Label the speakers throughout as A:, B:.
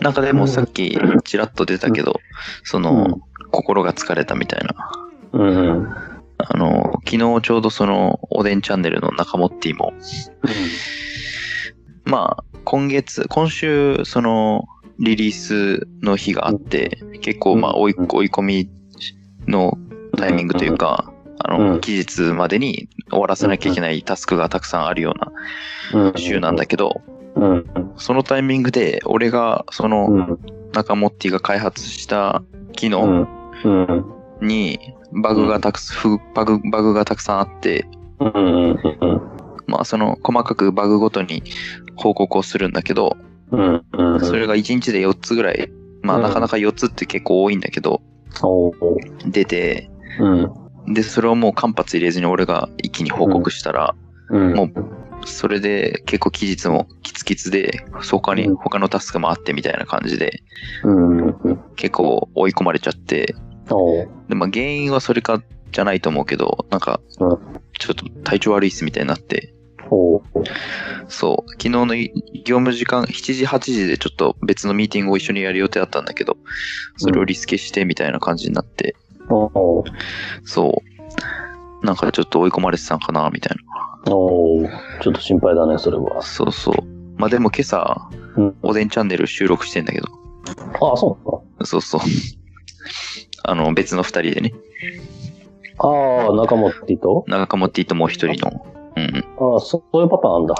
A: なんかでもさっきちらっと出たけど、その、心が疲れたみたいな。
B: うん。うん。
A: あの、昨日ちょうどその、おでんチャンネルの中モッティも、まあ、今月、今週、その、リリースの日があって、結構、まあ、
B: うん
A: 追い追い込みのタイミングというか、あ
B: う
A: の、
B: ん
A: 期日までに終わらせなきゃいけないタスクがたくさんあるような週なんだ
B: け
A: けど、
B: ど。うん。
A: そのタイミングで、俺が、その、
B: うん。
A: 中モッティが開発した機
B: う
A: 能
B: ん。うん。
A: に、バグがたくさん、バグ、バグがたくさんあって、
B: うん。うん。
A: まあ、その、細かくバグごとに報告をするんだけど、
B: うん。うん。
A: それが1日で4つぐらい、まあ
B: うん
A: なかなか4つって結構多いんだけど、
B: おう。
A: 出て、
B: うん。
A: で、それをもう間髪入れずに俺が一気に報告したら、
B: うん。
A: もそれで結構期日もキツキツで、そこに
B: うん
A: 他のタスクもあってみたいな感じで、
B: うん。うん。
A: 結構追い込まれちゃって、
B: おう。
A: で、まあ原因はそれかじゃないと思うけど、なんか
B: うん、
A: ちょっと体調悪いっすみたいになって、
B: おう。
A: そう、昨日のい業務時間7時8時でちょっと別のミーティングを一緒にやる予定だったんだけど、それをリスケしてみたいな感じになって、
B: おう。
A: そう。なんかちょっと追い込まれてたんかな、みたい
B: おう。ちょっと心配だね、それは
A: な。。そうそう。まあでも今朝、
B: うん
A: おでんチャンネル収録してんだけど、
B: あ、そうか。
A: そうそう。 あの、別の二人でね、
B: ああ、仲間って言うと
A: 長かもっていいともう一人の。うん、
B: ああ、そそういうパターンあんだ。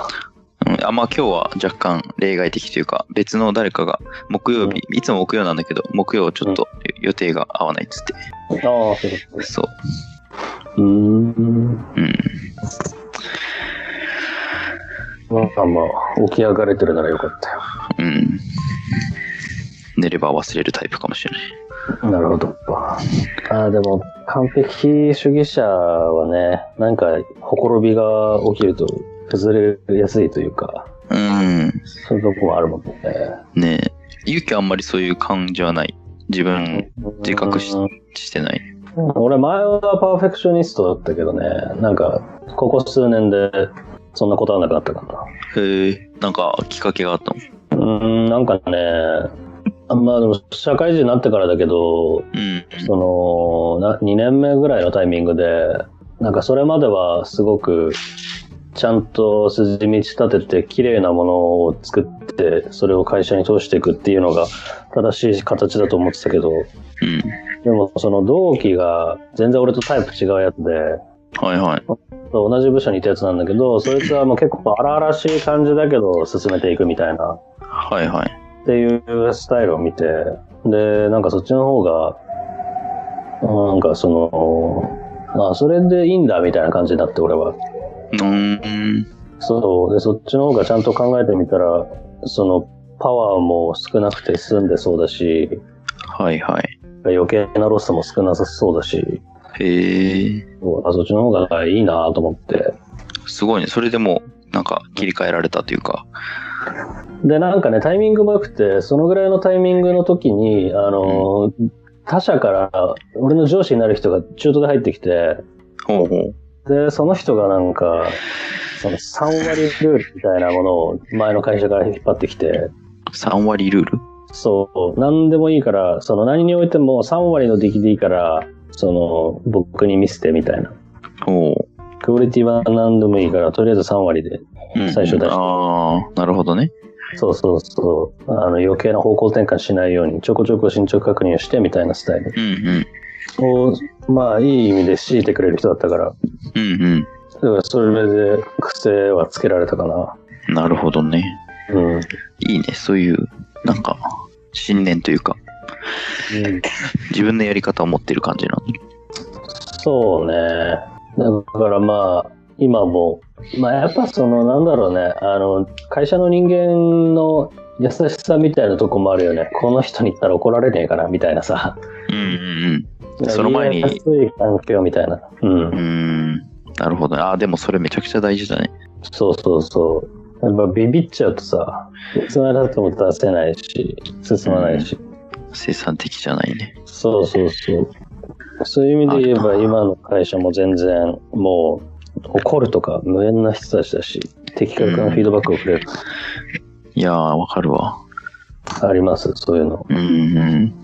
A: うん。あ、まあ今日は若干例外的というか、別の誰かが木曜日、いつも木曜なんだけど、木曜ちょっと予定が合わないっつって。
B: ああ、そういうこ
A: そう。
B: と。うーん。
A: うん。
B: まあまあ、起き上がれてるならよかったよ。
A: うん。寝れば忘れるタイプかもしれない。
B: なるほど。ああ、でも、完璧主義者はね、なんか、ほころびが起きると崩れやすいというか、
A: うん。
B: そういうとこもあるもんね。
A: ねえ。ゆうきはあんまりそういう感じはない。自分自覚し
B: うん
A: してない。
B: 俺、前はパーフェクショニストだったけどね、なんか、ここ数年で、そんなことはなくなったかな。
A: へえ。なんかきっかけがあったの
B: うーん、なんかね、あまあでも社会人になってからだけど、
A: うん。
B: そのな2年目ぐらいのタイミングで、なんかそれまではすごくちゃんと筋道立てて綺麗なものを作って、それを会社に通していくっていうのが正しい形だと思ってたけど、
A: うん。
B: でもその同期が全然俺とタイプ違うやつで、
A: はいはい。
B: そう同じ部署にいたやつなんだけど、そいつはもう結構荒々しい感じだけど進めていくみたいな。
A: はいはい。
B: っていうスタイルを見て、で、なんかそっちの方が、うんなんかその、あ、それでいいんだみたいな感じになって、俺は。
A: うーん。
B: そう。で、そっちの方がちゃんと考えてみたら、その、パワーも少なくて済んでそうだし、
A: はいはい。
B: 余計なロスも少なさそうだし、
A: へえ。
B: そうあそっちの方がいいなと思って。
A: すごいね。それでもうなんか切り替えられたというか。
B: で、なんかね、タイミングも良くて、そのぐらいのタイミングの時に、あの、他社から、俺の上司になる人が中途で入ってきて、
A: ほうほう。
B: で、その人がなんか、その3割ルールみたいなものを前の会社から引っ張ってきて、
A: 3割ルール
B: そう、何でもいいから、その何においても3割の出来でいいから、その僕に見せてみたいな。
A: ほう。
B: クオリティは何でもいいから、とりあえず3割で。
A: うん、
B: 最初出して
A: ああ、なるほどね。
B: そうそうそう。あの余計な方向転換しないように、ちょこちょこ進捗確認をしてみたいなスタイル
A: うんうん。
B: を、まあいい意味で強いてくれる人だったから、
A: うん
B: だからそれで癖はつけられたかな。
A: うん。なるほどね。
B: うん。
A: いいね。そういう、なんか、信念というか、自分のやり方を持ってる感じなの。
B: そうね。だからまあ、今も、まあやっぱその、なんだろうね、あの、会社の人間の優しさみたいなとこもあるよね。この人に言ったら怒られねえかな、みたいなさ。
A: うんうんうん。 その前に
B: 優しい環境みたいな。う。
A: うんーん、なるほどね。ああ、でもそれめちゃくちゃ大事だね。
B: そうそうそう。やっぱビビっちゃうとさ、いつまでたっても出せないし、進まないし。
A: 生産的じゃないね。
B: そうそうそう。そういう意味で言えば、今の会社も全然、もう、怒るとか無縁な人たちだし、的確なフィードバックをくれる。
A: いやー、わかるわ。
C: あります、そういうの。
B: うんうん。